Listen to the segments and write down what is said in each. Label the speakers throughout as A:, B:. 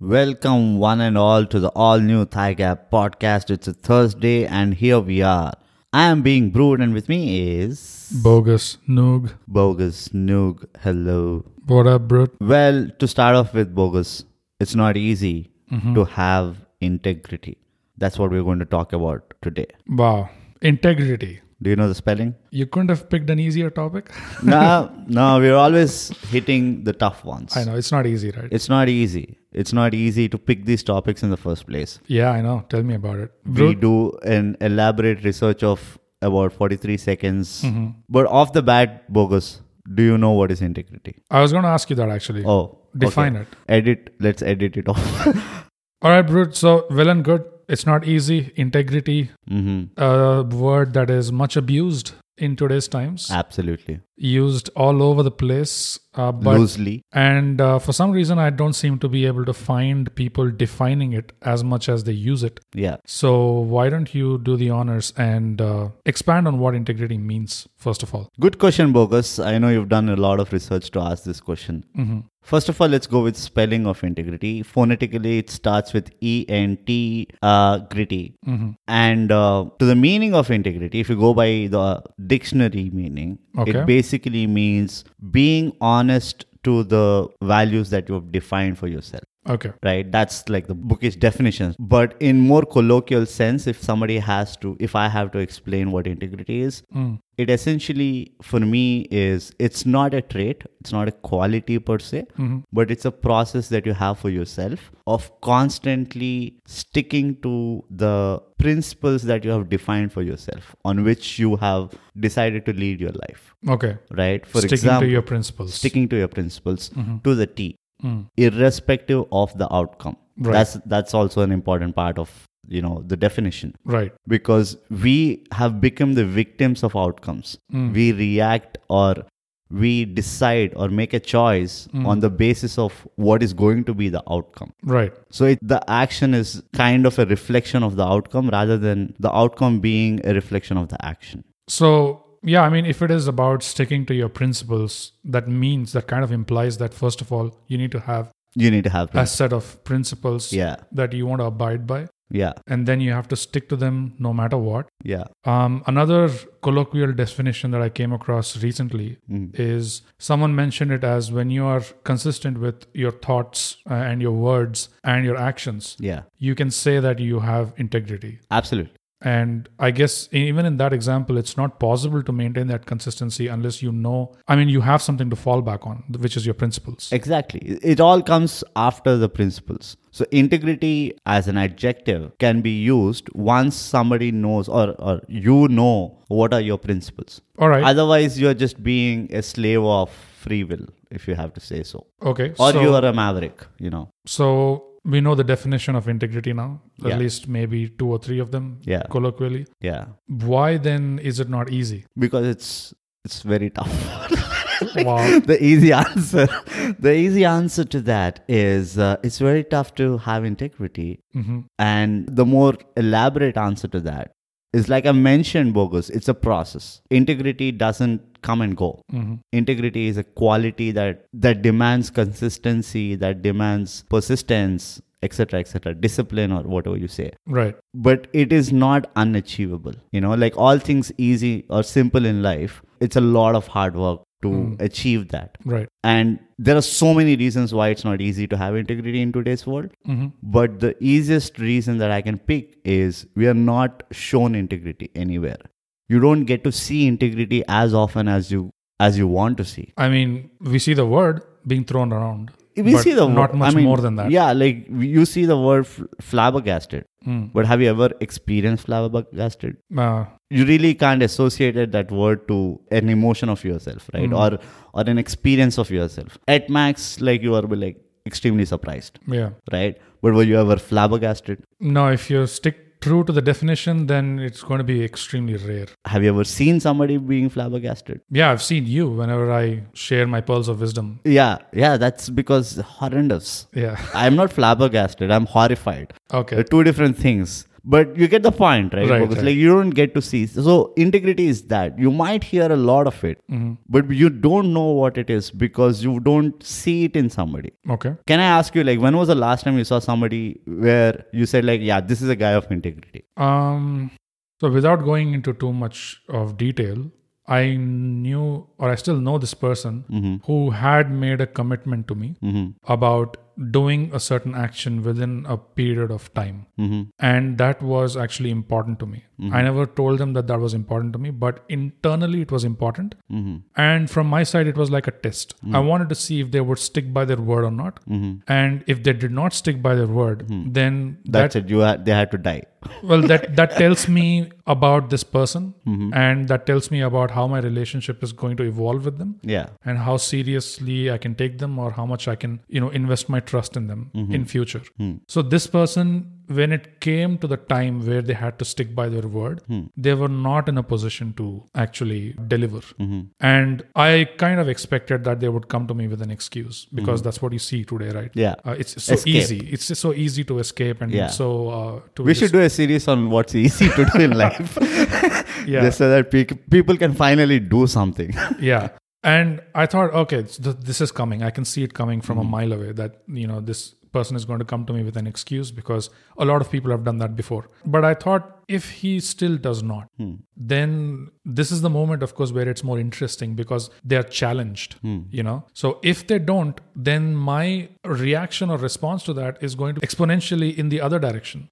A: Welcome, one and all, to the all new Thigh Gap podcast. It's a Thursday, and here we are. I am being brewed, and with me is
B: Bogus Noog.
A: Bogus Noog. Hello.
B: What up, brute?
A: Well, to start off with, Bogus, it's not easy
B: Mm-hmm.
A: to have integrity. That's what we're going to talk about today.
B: Wow. Integrity.
A: Do you know the spelling?
B: You couldn't have picked an easier topic.
A: no, no, we're always hitting the tough ones.
B: I know, it's not easy, right?
A: It's not easy. It's not easy to pick these topics in the first place.
B: yeah, I know. Tell me about it.
A: we
B: Brute,
A: do an elaborate research of about 43 seconds
B: Mm-hmm.
A: but off the bat bogus do you know what is integrity
B: I was going to ask you that actually.
A: oh
B: Define it.
A: okay. edit let's edit it off
B: All right, Brute. So, well and good. It's not easy. Integrity,
A: hmm
B: a word that is much abused in today's times,
A: Ah. absolutely
B: used all over the place. Uh, but
A: loosely
B: And uh, for some reason, I don't seem to be able to find people defining it as much as they use it.
A: yeah
B: So, why don't you do the honors and uh, expand on what integrity means, first of all?
A: good question bogus i know you've done a lot of research to ask this question First of all, let's go with spelling of integrity. Phonetically, it starts with E N T uh, gritty. And uh, to the meaning of integrity, if you go by the dictionary meaning,
B: Okay.
A: it basically means being honest to the values that you have defined for yourself.
B: Okay.
A: Right, that's like the bookish definitions. But in more colloquial sense, if somebody has to, if I have to explain what integrity is,
B: Mm.
A: it essentially for me is it's not a trait it's not a quality per se
B: Mm-hmm.
A: but it's a process that you have for yourself of constantly sticking to the principles that you have defined for yourself on which you have decided to lead your life
B: Okay.
A: right for
B: sticking
A: example
B: to your principles.
A: sticking to your principles to the t
B: Mm-hmm. Mm.
A: irrespective of the outcome
B: Right.
A: that's that's also an important part of you know the definition
B: Right.
A: because we have become the victims of outcomes.
B: Mm.
A: We react or we decide or make a choice
B: Mm.
A: on the basis of what is going to be the outcome.
B: Right.
A: So it, the action is kind of a reflection of the outcome rather than the outcome being a reflection of the action.
B: So, yeah, I mean, if it is about sticking to your principles, that means that kind of implies that, first of all, you need to have
A: You need to have
B: a set of principles
A: yeah,
B: that you want to abide by,
A: yeah,
B: and then you have to stick to them no matter what.
A: yeah.
B: Um, another colloquial definition that I came across recently
A: Hmm.
B: is someone mentioned it as when you are consistent with your thoughts uh, and your words and your actions,
A: Yeah,
B: you can say that you have integrity.
A: absolutely.
B: And I guess e-, even in that example, it's not possible to maintain that consistency unless you know, I mean, you have something to fall back on, which is your principles.
A: Exactly. It all comes after the principles. So integrity as an adjective can be used once somebody knows or, or you know what are your principles.
B: All right.
A: Otherwise, you're just being a slave of free will, if you have to say so.
B: Okay.
A: Or
B: so,
A: you are a maverick, you know.
B: so we know the definition of integrity now, at
A: Yeah.
B: least maybe two or three of them
A: Yeah.
B: colloquially.
A: Yeah.
B: why then is it not easy?
A: Because it's it's very tough.
B: wow.
A: the easy answer the easy answer to that is uh, it's very tough to have integrity
B: hmm
A: and the more elaborate answer to that is like i mentioned bogus it's a process integrity doesn't come and go
B: hmm
A: integrity is a quality that that demands consistency that demands persistence etc etc discipline or whatever you say
B: Right.
A: but it is not unachievable you know like all things easy or simple in life it's a lot of hard work to achieve that
B: Right.
A: and there are so many reasons why it's not easy to have integrity in today's world
B: hmm
A: but the easiest reason that I can pick is we are not shown integrity anywhere. You don't get to see integrity as often as you as you want to see.
B: I mean, we see the word being thrown around. but
A: wo-
B: not much
A: I mean,
B: more than that.
A: Yeah, like you see the word fl- flabbergasted,
B: Mm.
A: but have you ever experienced flabbergasted?
B: Uh,
A: You really can't associate it- that word to an emotion of yourself, right?
B: Hmm.
A: Or or an experience of yourself. At max, like you are like extremely surprised,
B: yeah.
A: right? But were you ever flabbergasted?
B: No, if you stick true to the definition, then it's going to be extremely rare.
A: Have you ever seen somebody being flabbergasted?
B: Yeah, I've seen you whenever I share my pearls of wisdom.
A: Yeah, yeah, that's because horrendous.
B: Yeah.
A: I'm not flabbergasted, I'm horrified.
B: Okay.
A: They're two different things. But you get the point, right?
B: Right,
A: because
B: right.
A: like you don't get to see. So integrity is that you might hear a lot of it,
B: Mm-hmm.
A: but you don't know what it is because you don't see it in somebody.
B: Okay.
A: Can I ask you, like, when was the last time you saw somebody where you said, like, yeah, this is a guy of integrity?
B: Um, so without going into too much of detail, I knew or I still know this person
A: Mm-hmm.
B: who had made a commitment to me about doing a certain action within a period of time.
A: mm-hmm.
B: And that was actually important to me. I never told them that that was important to me, but internally it was important. And from my side, it was like a test. I wanted to see if they would stick by their word or not. And if they did not stick by their word, then that
A: That's it. You had, they had to die.
B: well that that tells me about this person and that tells me about how my relationship is going to evolve with them
A: Yeah.
B: and how seriously i can take them or how much i can you know invest my trust in them
A: Mm-hmm.
B: in future
A: Hmm.
B: so this person when it came to the time where they had to stick by their word
A: Hmm.
B: they were not in a position to actually deliver
A: Mm-hmm.
B: and i kind of expected that they would come to me with an excuse because that's what you see today right
A: Mm-hmm. Yeah.
B: uh, it's so
A: Escape.
B: easy it's just so easy to escape and
A: Yeah.
B: so uh, to
A: We
B: just-
A: should do a series on what's easy to do in life.
B: yeah
A: Just so that pe- people can finally do something.
B: yeah and i thought okay th- this is coming i can see it coming from a mile away that you know this person is going to come to me with an excuse because a lot of people have done that before but i thought if he still does not then this is the moment of course where it's more interesting because they are challenged you know so if they don't then my reaction or response to that is going to exponentially in the other direction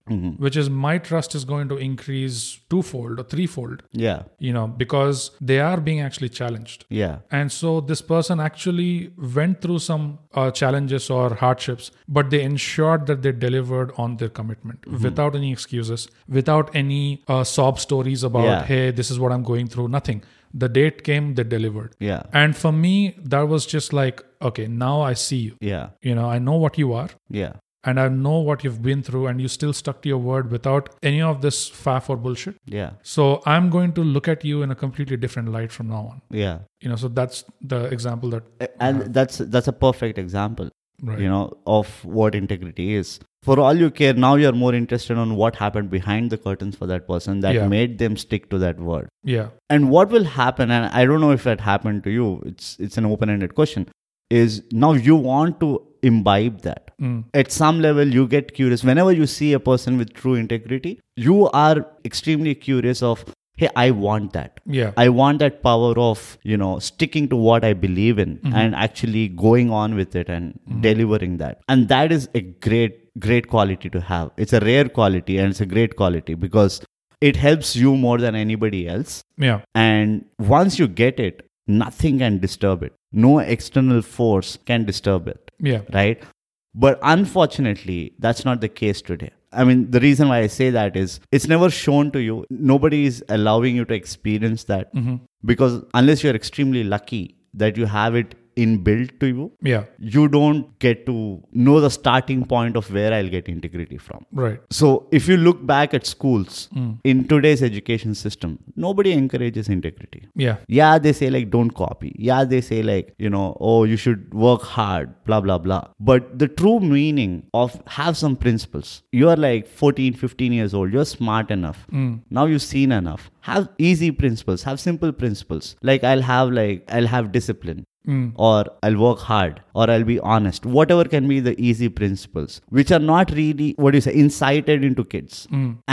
B: which is my trust is going to increase twofold or threefold
A: yeah.
B: you know because they are being actually challenged
A: Yeah.
B: and so this person actually went through some uh, challenges or hardships but they ensured that they delivered on their commitment without any excuses without any uh, sob stories about
A: Yeah.
B: hey this is what i'm going through nothing the date came they delivered
A: Yeah.
B: and for me that was just like okay now i see you
A: Yeah.
B: you know i know what you are
A: Yeah.
B: and i know what you've been through and you still stuck to your word without any of this faff or bullshit
A: Yeah.
B: so I'm going to look at you in a completely different light from now on.
A: Yeah.
B: You know, so that's the example that
A: And that's that's a perfect example.
B: right.
A: you know of what integrity is for all you care now you're more interested on what happened behind the curtains for that person that
B: Yeah.
A: made them stick to that word
B: Yeah.
A: and what will happen and i don't know if that happened to you it's it's an open ended question is now you want to imbibe that
B: Mm.
A: at some level you get curious whenever you see a person with true integrity you are extremely curious of hey i want that
B: Yeah.
A: I want that power of, you know, sticking to what I believe in and actually going on with it and delivering that. And that is a great, great quality to have. It's a rare quality and it's a great quality because it helps you more than anybody else.
B: yeah.
A: And once you get it, nothing can disturb it. No external force can disturb it
B: Yeah.
A: right? But unfortunately, that's not the case today. I mean, the reason why I say that is it's never shown to you. Nobody is allowing you to experience that because unless you're extremely lucky that you have it inbuilt to you,
B: Yeah.
A: you don't get to know the starting point of where I'll get integrity from.
B: Right.
A: So, if you look back at schools in today's education system, nobody encourages integrity.
B: Yeah.
A: Yeah, they say like don't copy. Yeah, they say like, you know, oh, you should work hard, blah, blah, blah. But the true meaning of have some principles. You're like 14, 15 years old. You're smart enough. Now you've seen enough. Have easy principles, have simple principles. Like I'll have like, I'll have discipline. Or I'll work hard, or I'll be honest. Whatever can be the easy principles, which are not really what do you say incited into kids,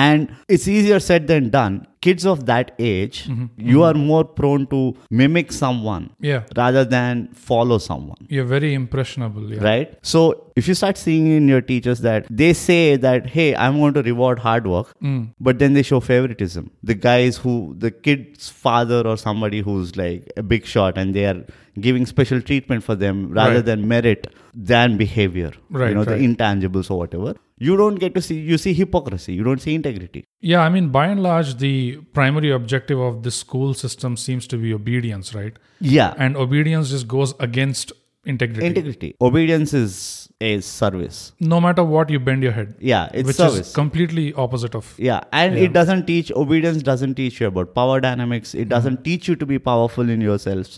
A: and it's easier said than done. Kids of that age,
B: Mm-hmm.
A: you are more prone to mimic someone
B: Yeah.
A: rather than follow someone.
B: You're very impressionable. Yeah.
A: Right? So, if you start seeing in your teachers that they say that, hey, I'm going to reward hard work,
B: Mm.
A: but then they show favoritism. The guys who, the kid's father or somebody who's like a big shot and they are giving special treatment for them rather
B: Right.
A: than merit than behavior.
B: Right,
A: You know,
B: right.
A: the intangibles or whatever. You don't get to see, you see hypocrisy, you don't see integrity.
B: Yeah. I mean, by and large, the primary objective of this school system seems to be obedience, right?
A: Yeah.
B: And obedience just goes against integrity.
A: integrity. Obedience is a service.
B: no matter what, you bend your head,
A: Yeah, it's
B: which
A: service.
B: is completely opposite of.
A: Yeah, and it doesn't teach obedience doesn't teach you about power dynamics.
B: Mm-hmm.
A: It doesn't teach you to be powerful in yourselves.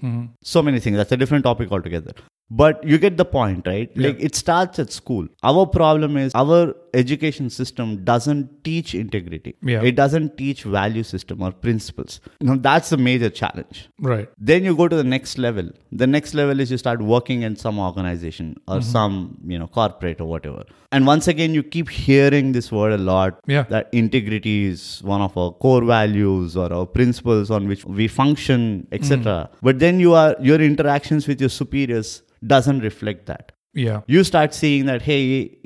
A: So many things. That's a different topic altogether. But you get the point, right? Like it starts at school. Our problem is our education system doesn't teach integrity.
B: Yeah.
A: It doesn't teach value system or principles. Now that's the major challenge.
B: Right.
A: Then you go to the next level. The next level is you start working in some organization or some, you know, corporate or whatever. And once again you keep hearing this word a lot
B: Yeah.
A: that integrity is one of our core values or our principles on which we function, etc. But then you are your interactions with your superiors doesn't reflect that
B: Yeah.
A: you start seeing that hey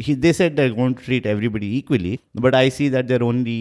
A: he, they said they're going to treat everybody equally but i see that they're only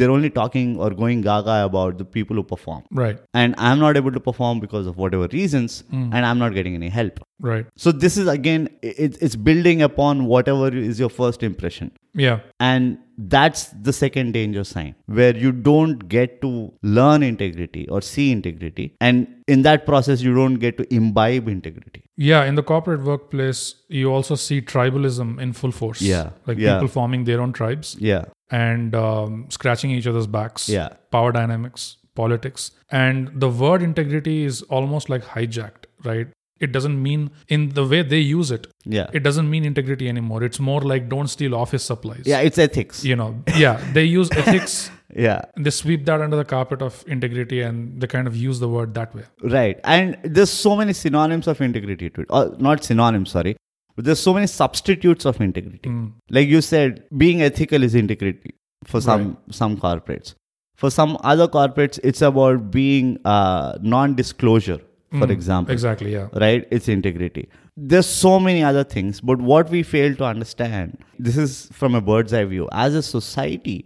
A: they're only talking or going gaga about the people who perform
B: Right.
A: and i'm not able to perform because of whatever reasons and i'm not getting any help
B: Right.
A: so this is again it, it's building upon whatever is your first impression
B: Yeah.
A: and that's the second danger sign where you don't get to learn integrity or see integrity and in that process you don't get to imbibe integrity
B: Yeah, in the corporate workplace, you also see tribalism in full force.
A: Yeah,
B: Like
A: yeah.
B: people forming their own tribes
A: yeah
B: and um, scratching each other's backs.
A: Yeah.
B: Power dynamics, politics. And the word integrity is almost like hijacked, right? It doesn't mean, in the way they use it,
A: yeah
B: it doesn't mean integrity anymore. It's more like don't steal office supplies.
A: yeah it's ethics
B: You know, yeah, they use ethics.
A: yeah
B: They sweep that under the carpet of integrity and they kind of use the word that way.
A: Right. And there's so many synonyms of integrity to it. Or not synonyms, sorry. But there's so many substitutes of integrity.
B: Mm,
A: Like you said, being ethical is integrity for some some corporates. For some other corporates, it's about being uh, non-disclosure, for example.
B: Exactly, yeah.
A: Right? It's integrity. There's so many other things, but what we fail to understand, this is from a bird's eye view. As a society,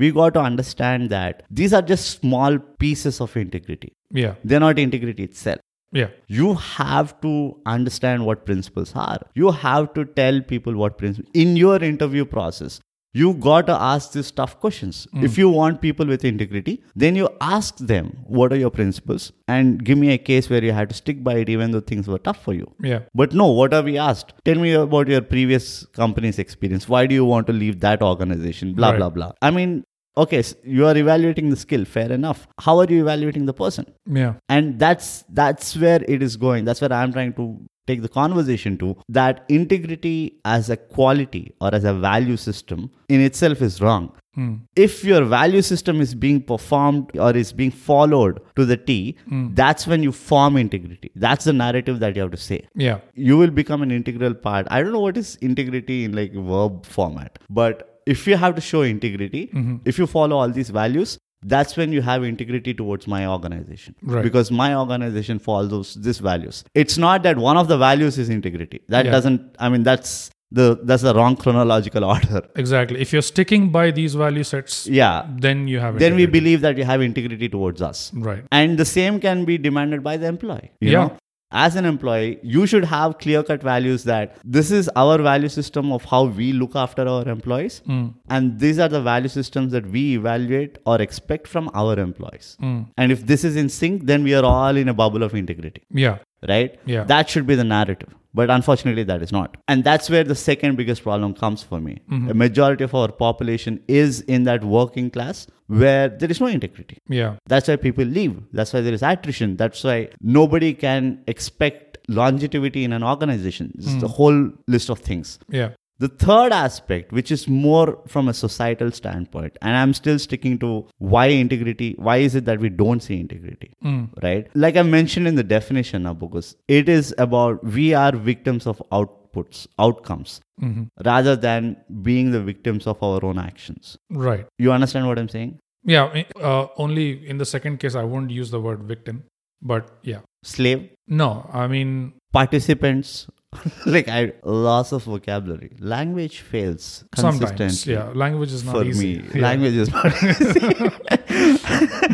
A: we got to understand that these are just small pieces of integrity
B: Yeah,
A: they're not integrity itself.
B: yeah,
A: You have to understand what principles are. You have to tell people what principles in your interview process. You got to ask these tough questions. If you want people with integrity, then you ask them, What are your principles? And give me a case where you had to stick by it, even though things were tough for you.
B: yeah.
A: But no, what are we asked? Tell me about your previous company's experience. Why do you want to leave that organization? Blah,
B: Right.
A: blah, blah. I mean, okay, s you are evaluating the skill, fair enough. How are you evaluating the person?
B: Yeah.
A: and that's that's where it is going that's where i'm trying to take the conversation to that integrity as a quality or as a value system in itself is wrong if your value system is being performed or is being followed to the t that's when you form integrity that's the narrative that you have to say
B: Yeah.
A: you will become an integral part i don't know what is integrity in like verb format but if you have to show integrity
B: Mm-hmm.
A: if you follow all these values that's when you have integrity towards my organization
B: Right.
A: because my organization follows these values it's not that one of the values is integrity that
B: Yeah.
A: doesn't i mean that's the that's the wrong chronological order
B: Exactly. If you're sticking by these value sets,
A: yeah
B: then you have
A: then we
B: integrity.
A: believe that you have integrity towards us
B: right.
A: and the same can be demanded by the employee you
B: Yeah.
A: know as an employee you should have clear cut values that this is our value system of how we look after our employees
B: Hmm.
A: and these are the value systems that we evaluate or expect from our employees
B: Hmm.
A: and if this is in sync then we are all in a bubble of integrity
B: Yeah.
A: right
B: Yeah.
A: that should be the narrative but unfortunately that is not and that's where the second biggest problem comes for me
B: Mm-hmm.
A: a majority of our population is in that working class where there is no integrity
B: Yeah.
A: that's why people leave. That's why there is attrition. That's why nobody can expect longevity in an organization. It's the whole list of things.
B: Yeah.
A: The third aspect, which is more from a societal standpoint, and I'm still sticking to why integrity, why is it that we don't see integrity, right? Like I mentioned in the definition, Abugos, it is about we are victims of outputs, outcomes, rather than being the victims of our own actions.
B: Right.
A: You understand what I'm saying?
B: Yeah. I- Uh, only in the second case, I won't use the word victim, but yeah.
A: Slave,
B: No, I mean,
A: participants like i loss of vocabulary language fails
B: sometimes.
A: consistently
B: Yeah. Language is not
A: for
B: easy.
A: me
B: Yeah.
A: language is not easy.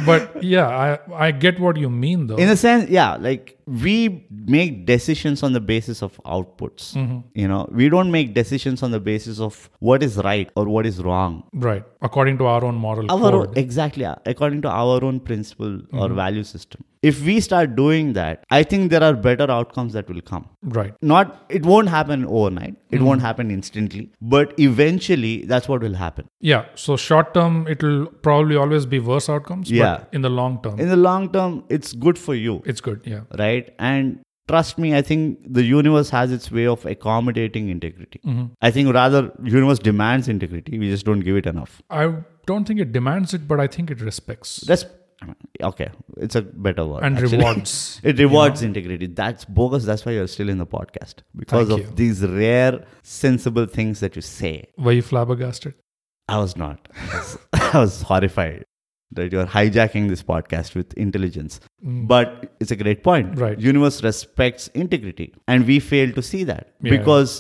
B: But yeah, I, I get what you mean though.
A: in a sense yeah like we make decisions on the basis of outputs
B: Mm-hmm.
A: you know we don't make decisions on the basis of what is right or what is wrong
B: right. According to our own moral
A: our own,
B: code.
A: exactly yeah, according to our own principle or
B: Mm-hmm.
A: value system if we start doing that i think there are better outcomes that will come
B: Right.
A: not it won't happen overnight it
B: Mm-hmm.
A: won't happen instantly but eventually that's what will happen
B: Yeah. So short term, it'll probably always be worse outcomes.
A: Yeah.
B: But in the long term,
A: in the long term it's good for you
B: it's good. Yeah.
A: right and trust me i think the universe has its way of accommodating integrity
B: Mm-hmm.
A: i think rather universe demands integrity we just don't give it enough
B: I don't think it demands it, but I think it respects
A: that's I mean, okay it's a better word
B: and
A: actually.
B: rewards.
A: it rewards integrity that's bogus that's why you're still in the podcast because
B: Thank
A: of
B: you.
A: these rare sensible things that you say
B: Were you flabbergasted?
A: i was not I was, I was horrified that you're hijacking this podcast with intelligence but it's a great point
B: Mm. Right.
A: universe respects integrity and we fail to see that
B: Yeah.
A: because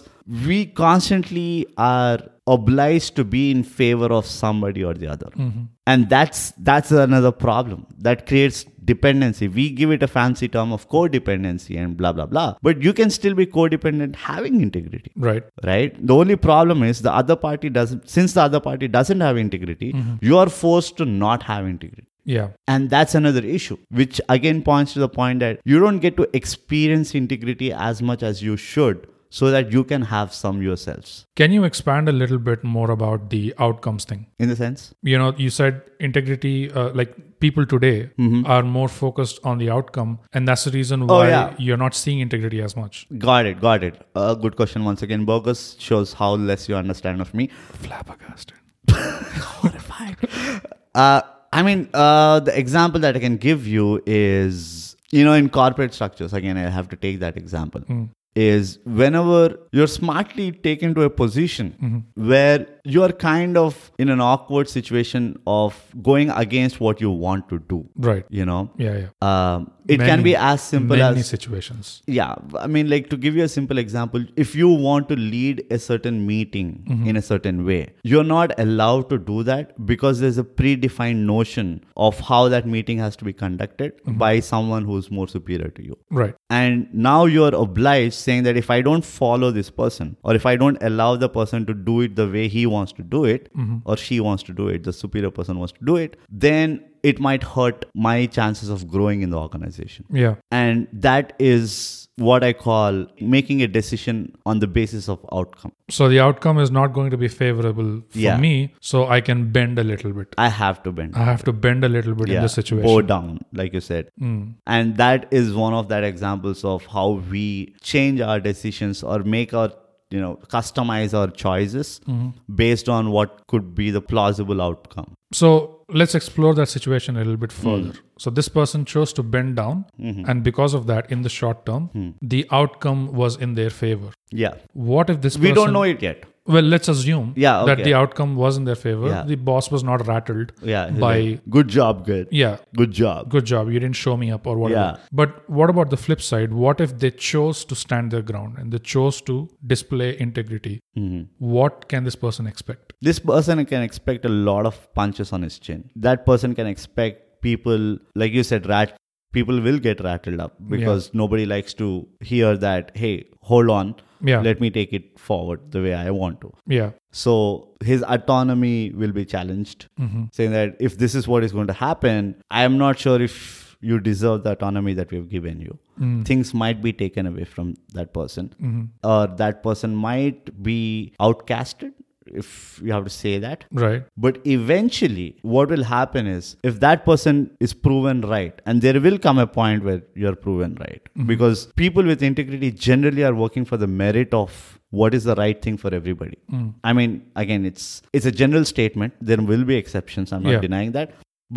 A: we constantly are obliged to be in favor of somebody or the other
B: Mm-hmm.
A: and that's that's another problem that creates dependency we give it a fancy term of codependency and blah blah blah but you can still be codependent having integrity
B: Right.
A: right the only problem is the other party doesn't since the other party doesn't have integrity you are forced to not have integrity
B: Yeah.
A: and that's another issue, which again points to the point that you don't get to experience integrity as much as you should so that you can have some yourselves.
B: Can you expand a little bit more about the outcomes thing?
A: In the sense?
B: You know, you said integrity, uh, like people today
A: Mm-hmm.
B: are more focused on the outcome, and that's the reason why
A: Oh, yeah.
B: you're not seeing integrity as much.
A: Got it, got it. Uh, good question once again. Bogus shows how less you understand of me.
B: Flabbergasted.
A: Horrified. uh, I mean, uh, the example that I can give you is, you know, in corporate structures, again, I have to take that example.
B: Mm.
A: Is whenever you're smartly taken to a position
B: Mm-hmm.
A: where you're kind of in an awkward situation of going against what you want to do,
B: Right.
A: you know,
B: Yeah. Yeah.
A: um, it can
B: Many-
A: be as simple
B: many
A: as
B: situations.
A: yeah i mean like to give you a simple example if you want to lead a certain meeting in a certain way you're not allowed to do that because there's a predefined notion of how that meeting has to be conducted by someone who's more superior to you
B: Right.
A: and now you're obliged saying that if i don't follow this person or if i don't allow the person to do it the way he wants to do it or she wants to do it the superior person wants to do it then it might hurt my chances of growing in the organization
B: Yeah.
A: and that is what I call making a decision on the basis of outcome.
B: So the outcome is not going to be favorable for
A: Yeah.
B: me. So I can bend a little bit.
A: I have to bend.
B: I have to bend a little bit in
A: Yeah,
B: this situation. Hmm.
A: bow down, like you said. And that is one of that examples of how we change our decisions or make our you know customize our choices
B: Hmm.
A: based on what could be the plausible outcome.
B: So let's explore that situation a little
A: Hmm.
B: bit further. So this person chose to bend down,
A: Mm-hmm.
B: and because of that, in the short term,
A: Hmm.
B: the outcome was in their favor.
A: Yeah,
B: What if this
A: we
B: person,
A: don't know it yet.
B: Well, let's assume
A: Yeah, okay.
B: that the outcome was in their favor.
A: Yeah.
B: The boss was not rattled
A: Yeah,
B: by
A: good job, good,
B: yeah,
A: good job.
B: good job, you didn't show me up or whatever.
A: Yeah.
B: But what about the flip side? What if they chose to stand their ground and they chose to display integrity?
A: Mm-hmm.
B: What can this person expect?
A: this person can expect a lot of punches on his chin that person can expect people like you said rat people will get rattled up because nobody likes to hear that hey hold on
B: Yeah.
A: let me take it forward the way i want to
B: Yeah.
A: so his autonomy will be challenged saying that if this is what is going to happen i am not sure if you deserve the autonomy that we've given you things might be taken away from that person or that person might be outcasted if you have to say that
B: Right.
A: but eventually, what will happen is if that person is proven right, and there will come a point where you're proven right, because people with integrity generally are working for the merit of what is the right thing for everybody. I mean, again, it's it's a general statement. There will be exceptions. I'm not
B: Yeah.
A: denying that,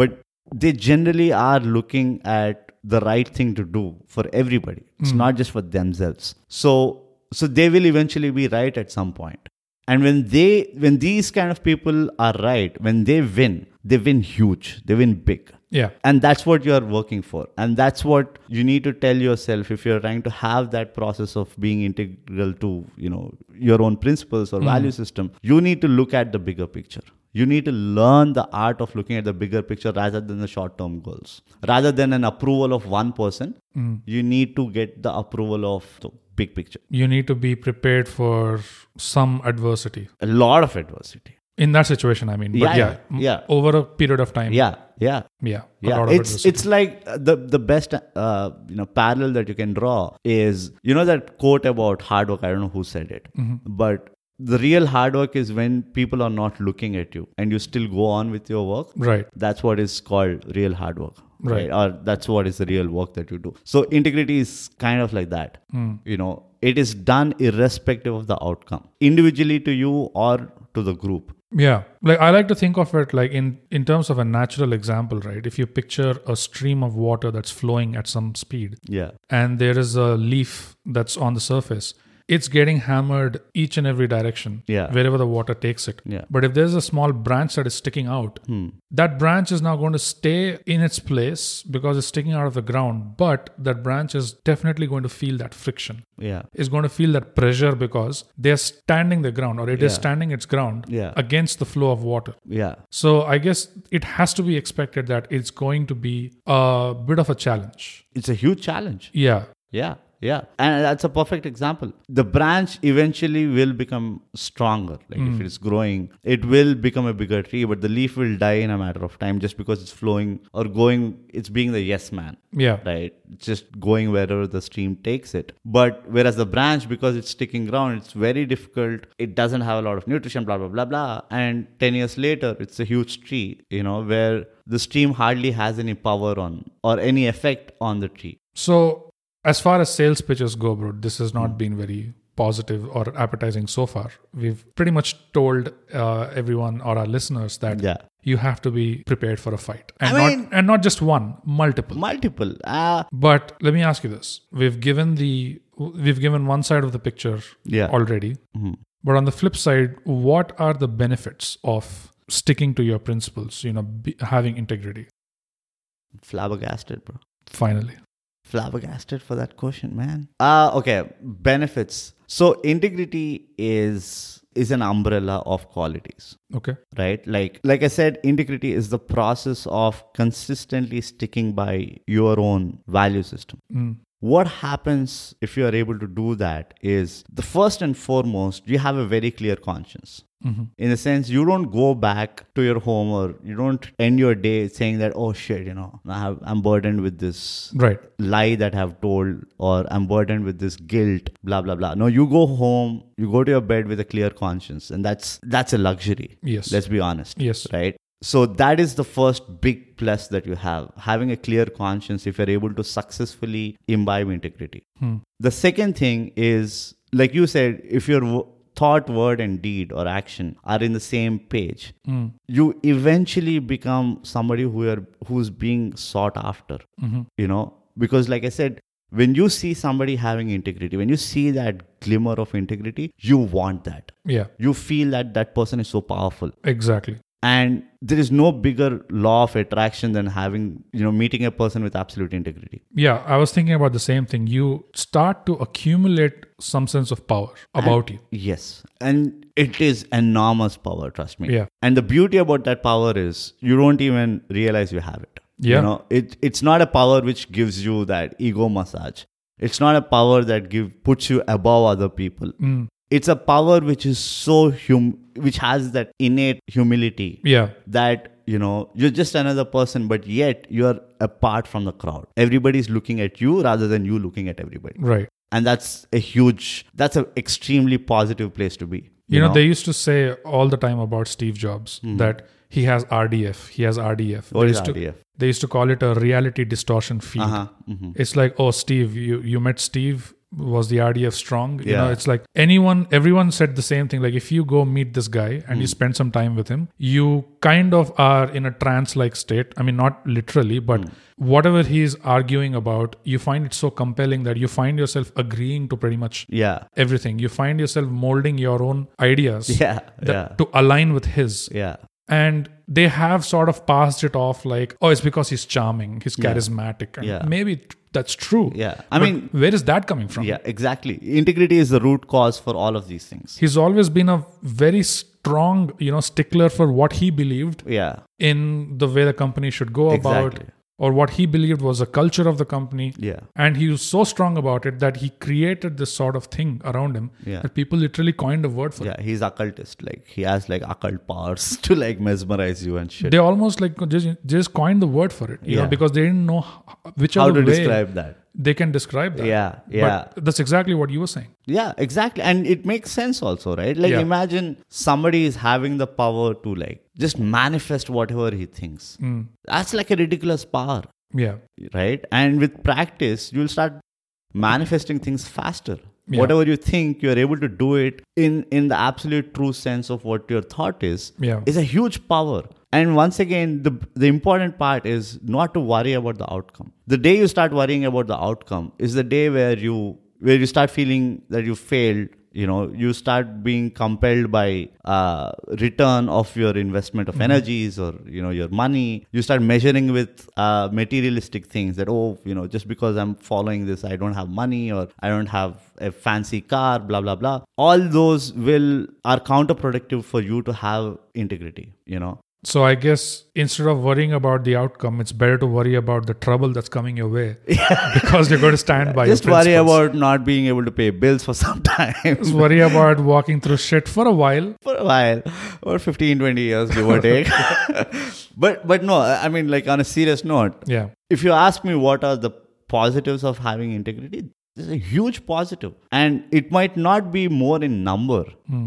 A: but they generally are looking at the right thing to do for everybody. It's not just for themselves. So so they will eventually be right at some point and when they when these kind of people are right when they win they win huge they win big
B: Yeah.
A: and that's what you are working for and that's what you need to tell yourself if you're trying to have that process of being integral to you know your own principles or value system you need to look at the bigger picture you need to learn the art of looking at the bigger picture rather than the short term goals rather than an approval of one person you need to get the approval of the big picture
B: You need to be prepared for some adversity.
A: a lot of adversity
B: In that situation, I mean. But
A: Yeah,
B: yeah.
A: yeah,
B: m-
A: yeah.
B: Over a period of time.
A: yeah yeah
B: Yeah. a
A: yeah
B: lot of
A: it's
B: adversity.
A: it's like uh, the the best uh, you know
B: Mm-hmm.
A: parallel that you can draw is you know that quote about hard work i don't know who said it but the real hard work is when people are not looking at you and you still go on with your work
B: Right.
A: that's what is called real hard work
B: Right.
A: or that's what is the real work that you do so integrity is kind of like that
B: Hmm.
A: you know it is done irrespective of the outcome individually to you or to the group
B: Yeah. Like I like to think of it like in in terms of a natural example, right? If you picture a stream of water that's flowing at some speed
A: yeah
B: and there is a leaf that's on the surface, it's getting hammered each and every direction,
A: Yeah.
B: wherever the water takes it.
A: Yeah. Hmm.
B: But if there's a small branch that is sticking out, that branch is now going to stay in its place because it's sticking out of the ground, but that branch is definitely going to feel that friction.
A: yeah
B: Is going to feel that pressure because they're standing the ground or it is
A: Yeah.
B: standing its ground
A: Yeah.
B: against the flow of water.
A: yeah
B: So I guess it has to be expected that it's going to be a bit of a challenge.
A: it's a huge challenge
B: Yeah.
A: yeah yeah and that's a perfect example the branch eventually will become stronger like if it's growing it will become a bigger tree but the leaf will die in a matter of time just because it's flowing or going it's being the yes man
B: Yeah.
A: right It's just going wherever the stream takes it but whereas the branch because it's sticking ground it's very difficult it doesn't have a lot of nutrition blah blah blah blah and 10 years later it's a huge tree you know where the stream hardly has any power on or any effect on the tree
B: So as far as sales pitches go, bro, this has
A: Hmm.
B: not been very positive or appetizing so far. We've pretty much told uh, everyone or our listeners that
A: yeah
B: you have to be prepared for a fight, and
A: I
B: not
A: mean-
B: and not just one, multiple.
A: multiple ah
B: But let me ask you this: We've given the we've given one side of the picture
A: Yeah.
B: already,
A: hmm.
B: but on the flip side, what are the benefits of sticking to your principles? You know, be, having integrity.
A: flabbergasted bro
B: Finally,
A: flabbergasted for that question man uh okay benefits so integrity is is an umbrella of qualities
B: okay,
A: right like like i said integrity is the process of consistently sticking by your own value system
B: Mm.
A: what happens if you are able to do that is the first and foremost you have a very clear conscience
B: Mm-hmm.
A: in the sense you don't go back to your home or you don't end your day saying that oh shit you know I have, i'm burdened with this
B: right?
A: lie that I've told or I'm burdened with this guilt, blah blah blah. No, you go home, you go to your bed with a clear conscience, and that's that's a luxury.
B: Yes.
A: Let's be honest.
B: Yes.
A: Right? So that is the first big plus that you have. Having a clear conscience if you're able to successfully imbibe integrity. The second thing is, like you said, if your w- thought, word, and deed or action are in the same page, you eventually become somebody who are who's being sought after. You know, because like I said, when you see somebody having integrity, when you see that glimmer of integrity, you want that.
B: Yeah,
A: You feel that that person is so powerful
B: exactly.
A: and there is no bigger law of attraction than having you know meeting a person with absolute integrity
B: Yeah, I was thinking about the same thing. You start to accumulate some sense of power about you.
A: yes and it is enormous power trust me
B: Yeah.
A: and the beauty about that power is you don't even realize you have it
B: Yeah.
A: you know it, it's not a power which gives you that ego massage it's not a power that give puts you above other people
B: Mm.
A: it's a power which is so hum which has that innate humility
B: Yeah,
A: that you know you're just another person but yet you're apart from the crowd everybody's looking at you rather than you looking at everybody
B: right.
A: and that's a huge that's an extremely positive place to be
B: You, know, Mm-hmm. they used to say all the time about Steve Jobs that he has RDF. He has RDF.
A: What
B: they
A: is
B: used to-
A: RDF?
B: they used to call it a reality distortion field.
A: uh-huh. hmm
B: It's like, oh, Steve, you you met Steve. Was the RDF strong? You know,
A: Yeah.
B: it's like anyone, everyone said the same thing. Like, if you go meet this guy and
A: Mm.
B: you spend some time with him, you kind of are in a trance like state. I mean, not literally, but
A: Mm.
B: whatever he's arguing about, you find it so compelling that you find yourself agreeing to pretty much
A: yeah
B: everything. You find yourself molding your own ideas
A: yeah
B: that-
A: yeah
B: to align with his
A: yeah
B: and they have sort of passed it off like oh it's because he's charming he's charismatic and
A: Yeah.
B: maybe t- that's true
A: Yeah. I
B: But
A: mean-
B: where is that coming from
A: yeah exactly integrity is the root cause for all of these things
B: he's always been a very strong you know stickler for what he believed
A: yeah
B: in the way the company should go about
A: Exactly.
B: or what he believed was a culture of the company
A: yeah
B: and he was so strong about it that he created this sort of thing around him
A: Yeah.
B: that people literally coined a word for it
A: yeah he's occultist like he has like occult powers to like mesmerize you and shit
B: they almost like just, just coined the word for it you know
A: Yeah.
B: because they didn't know h- whichever
A: how to
B: way
A: describe that
B: they can describe that.
A: Yeah, yeah.
B: But that's exactly what you were saying.
A: Yeah, exactly. And it makes sense also, right? Like
B: Yeah.
A: imagine somebody is having the power to like just manifest whatever he thinks. That's like a ridiculous power,
B: Yeah.
A: right? And with practice, you'll start manifesting things faster.
B: Yeah.
A: Whatever you think, you're able to do it in in the absolute true sense of what your thought is.
B: Yeah.
A: Is a huge power. And once again, the the important part is not to worry about the outcome. The day you start worrying about the outcome is the day where you where you start feeling that you failed. You know, you start being compelled by uh, return of your investment of
B: Mm-hmm.
A: energies or you know your money. You start measuring with uh, materialistic things that oh you know just because I'm following this I don't have money or I don't have a fancy car blah blah blah. All those will are counterproductive for you to have integrity. You know.
B: So I guess instead of worrying about the outcome, it's better to worry about the trouble that's coming your way because you're going to stand by. your
A: just worry
B: principles.
A: about not being able to pay bills for some time
B: Just worry about walking through shit for a while.
A: for a while or 15 20 years give or take but but no i I mean like on a serious note
B: Yeah.
A: if you ask me what are the positives of having integrity there's a huge positive and it might not be more in number
B: Hmm.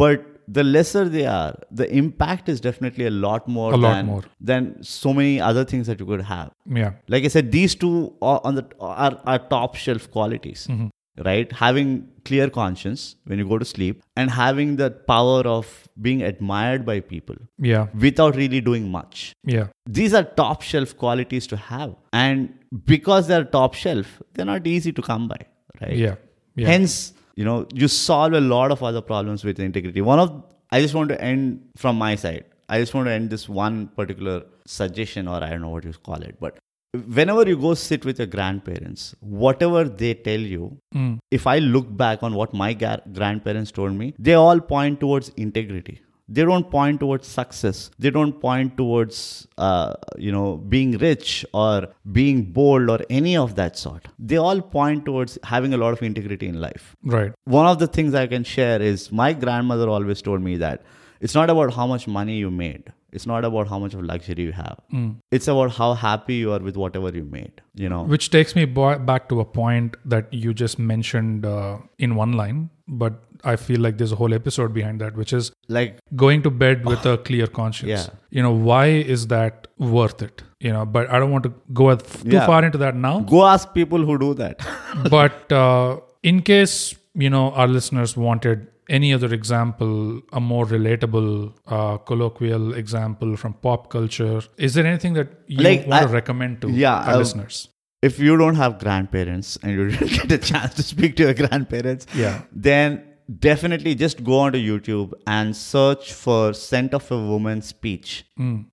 A: but the lesser they are the impact is definitely a lot more
B: A lot
A: than
B: more.
A: than so many other things that you could have
B: Yeah.
A: like i said these two are on the are, are top shelf qualities
B: Mm-hmm.
A: right having clear conscience when you go to sleep and having the power of being admired by people
B: Yeah.
A: without really doing much
B: Yeah.
A: these are top shelf qualities to have and because they're top shelf they're not easy to come by right
B: Yeah. Yeah.
A: Hence, you know, you solve a lot of other problems with integrity. One of I just want to end from my side. I just want to end this one particular suggestion, or I don't know what you call it, but whenever you go sit with your grandparents, whatever they tell you,
B: Mm.
A: if I look back on what my gar- grandparents told me, they all point towards integrity. They don't point towards success. They don't point towards uh, you know being rich or being bold or any of that sort. They all point towards having a lot of integrity in life
B: Right.
A: one of the things I can share is my grandmother always told me that it's not about how much money you made. It's not about how much of luxury you have. It's about how happy you are with whatever you made. You know,
B: Which takes me bo- back to a point that you just mentioned uh, in one line, but I feel like there's a whole episode behind that, which is
A: like
B: going to bed with a clear conscience.
A: Yeah.
B: You know, why is that worth it? You know, but I don't want to go as- too
A: Yeah.
B: far into that now.
A: go ask people who do that.
B: but uh, in case, you know, our listeners wanted any other example, a more relatable, uh, colloquial example from pop culture, is there anything that you
A: Like,
B: want
A: I-
B: to recommend to
A: Yeah,
B: our
A: uh,
B: listeners?
A: if you don't have grandparents and you didn't get a chance to speak to your grandparents,
B: Yeah.
A: then definitely just go onto YouTube and search for Scent of a Woman speech.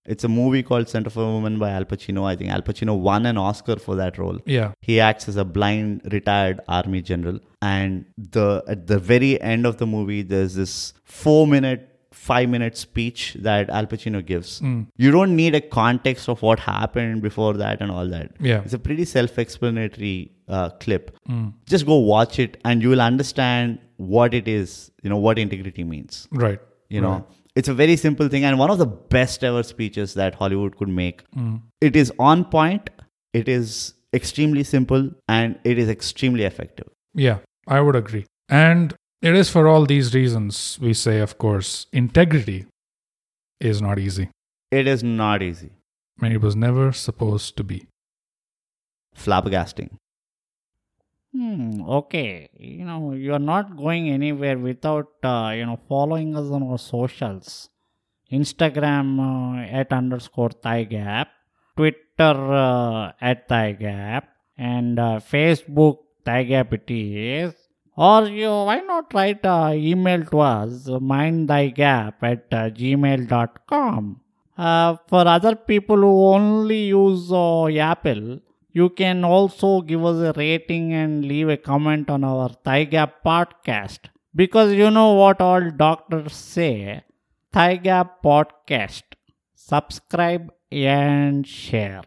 A: It's a movie called Scent of a Woman by Al Pacino. I think Al Pacino won an Oscar for that role.
B: Yeah.
A: He acts as a blind retired army general, and the at the very end of the movie, there's this four minute, five minute speech that Al Pacino gives. You don't need a context of what happened before that and all that.
B: Yeah.
A: it's a pretty self explanatory uh, clip. Just go watch it, and you will understand what it is. You know what integrity means.
B: Right.
A: You know. It's a very simple thing, and one of the best ever speeches that Hollywood could make. Mm. It is on point, it is extremely simple, and it is extremely effective.
B: Yeah, I would agree. And it is for all these reasons we say, of course, integrity is not easy.
A: It is not easy.
B: And it was never supposed to be.
A: Flabbergasting.
C: Hmm, okay. You know, you're not going anywhere without, uh, you know, following us on our socials. Instagram uh, at underscore thigh gap, Twitter uh, at thigh gap, and uh, Facebook thigh gap it is. Or you, why not write uh, email to us, mindthigap at uh, gmail.com. Uh, for other people who only use uh, Apple, you can also give us a rating and leave a comment on our Thigh Gap podcast. Because you know what all doctors say Thigh Gap podcast. Subscribe and share.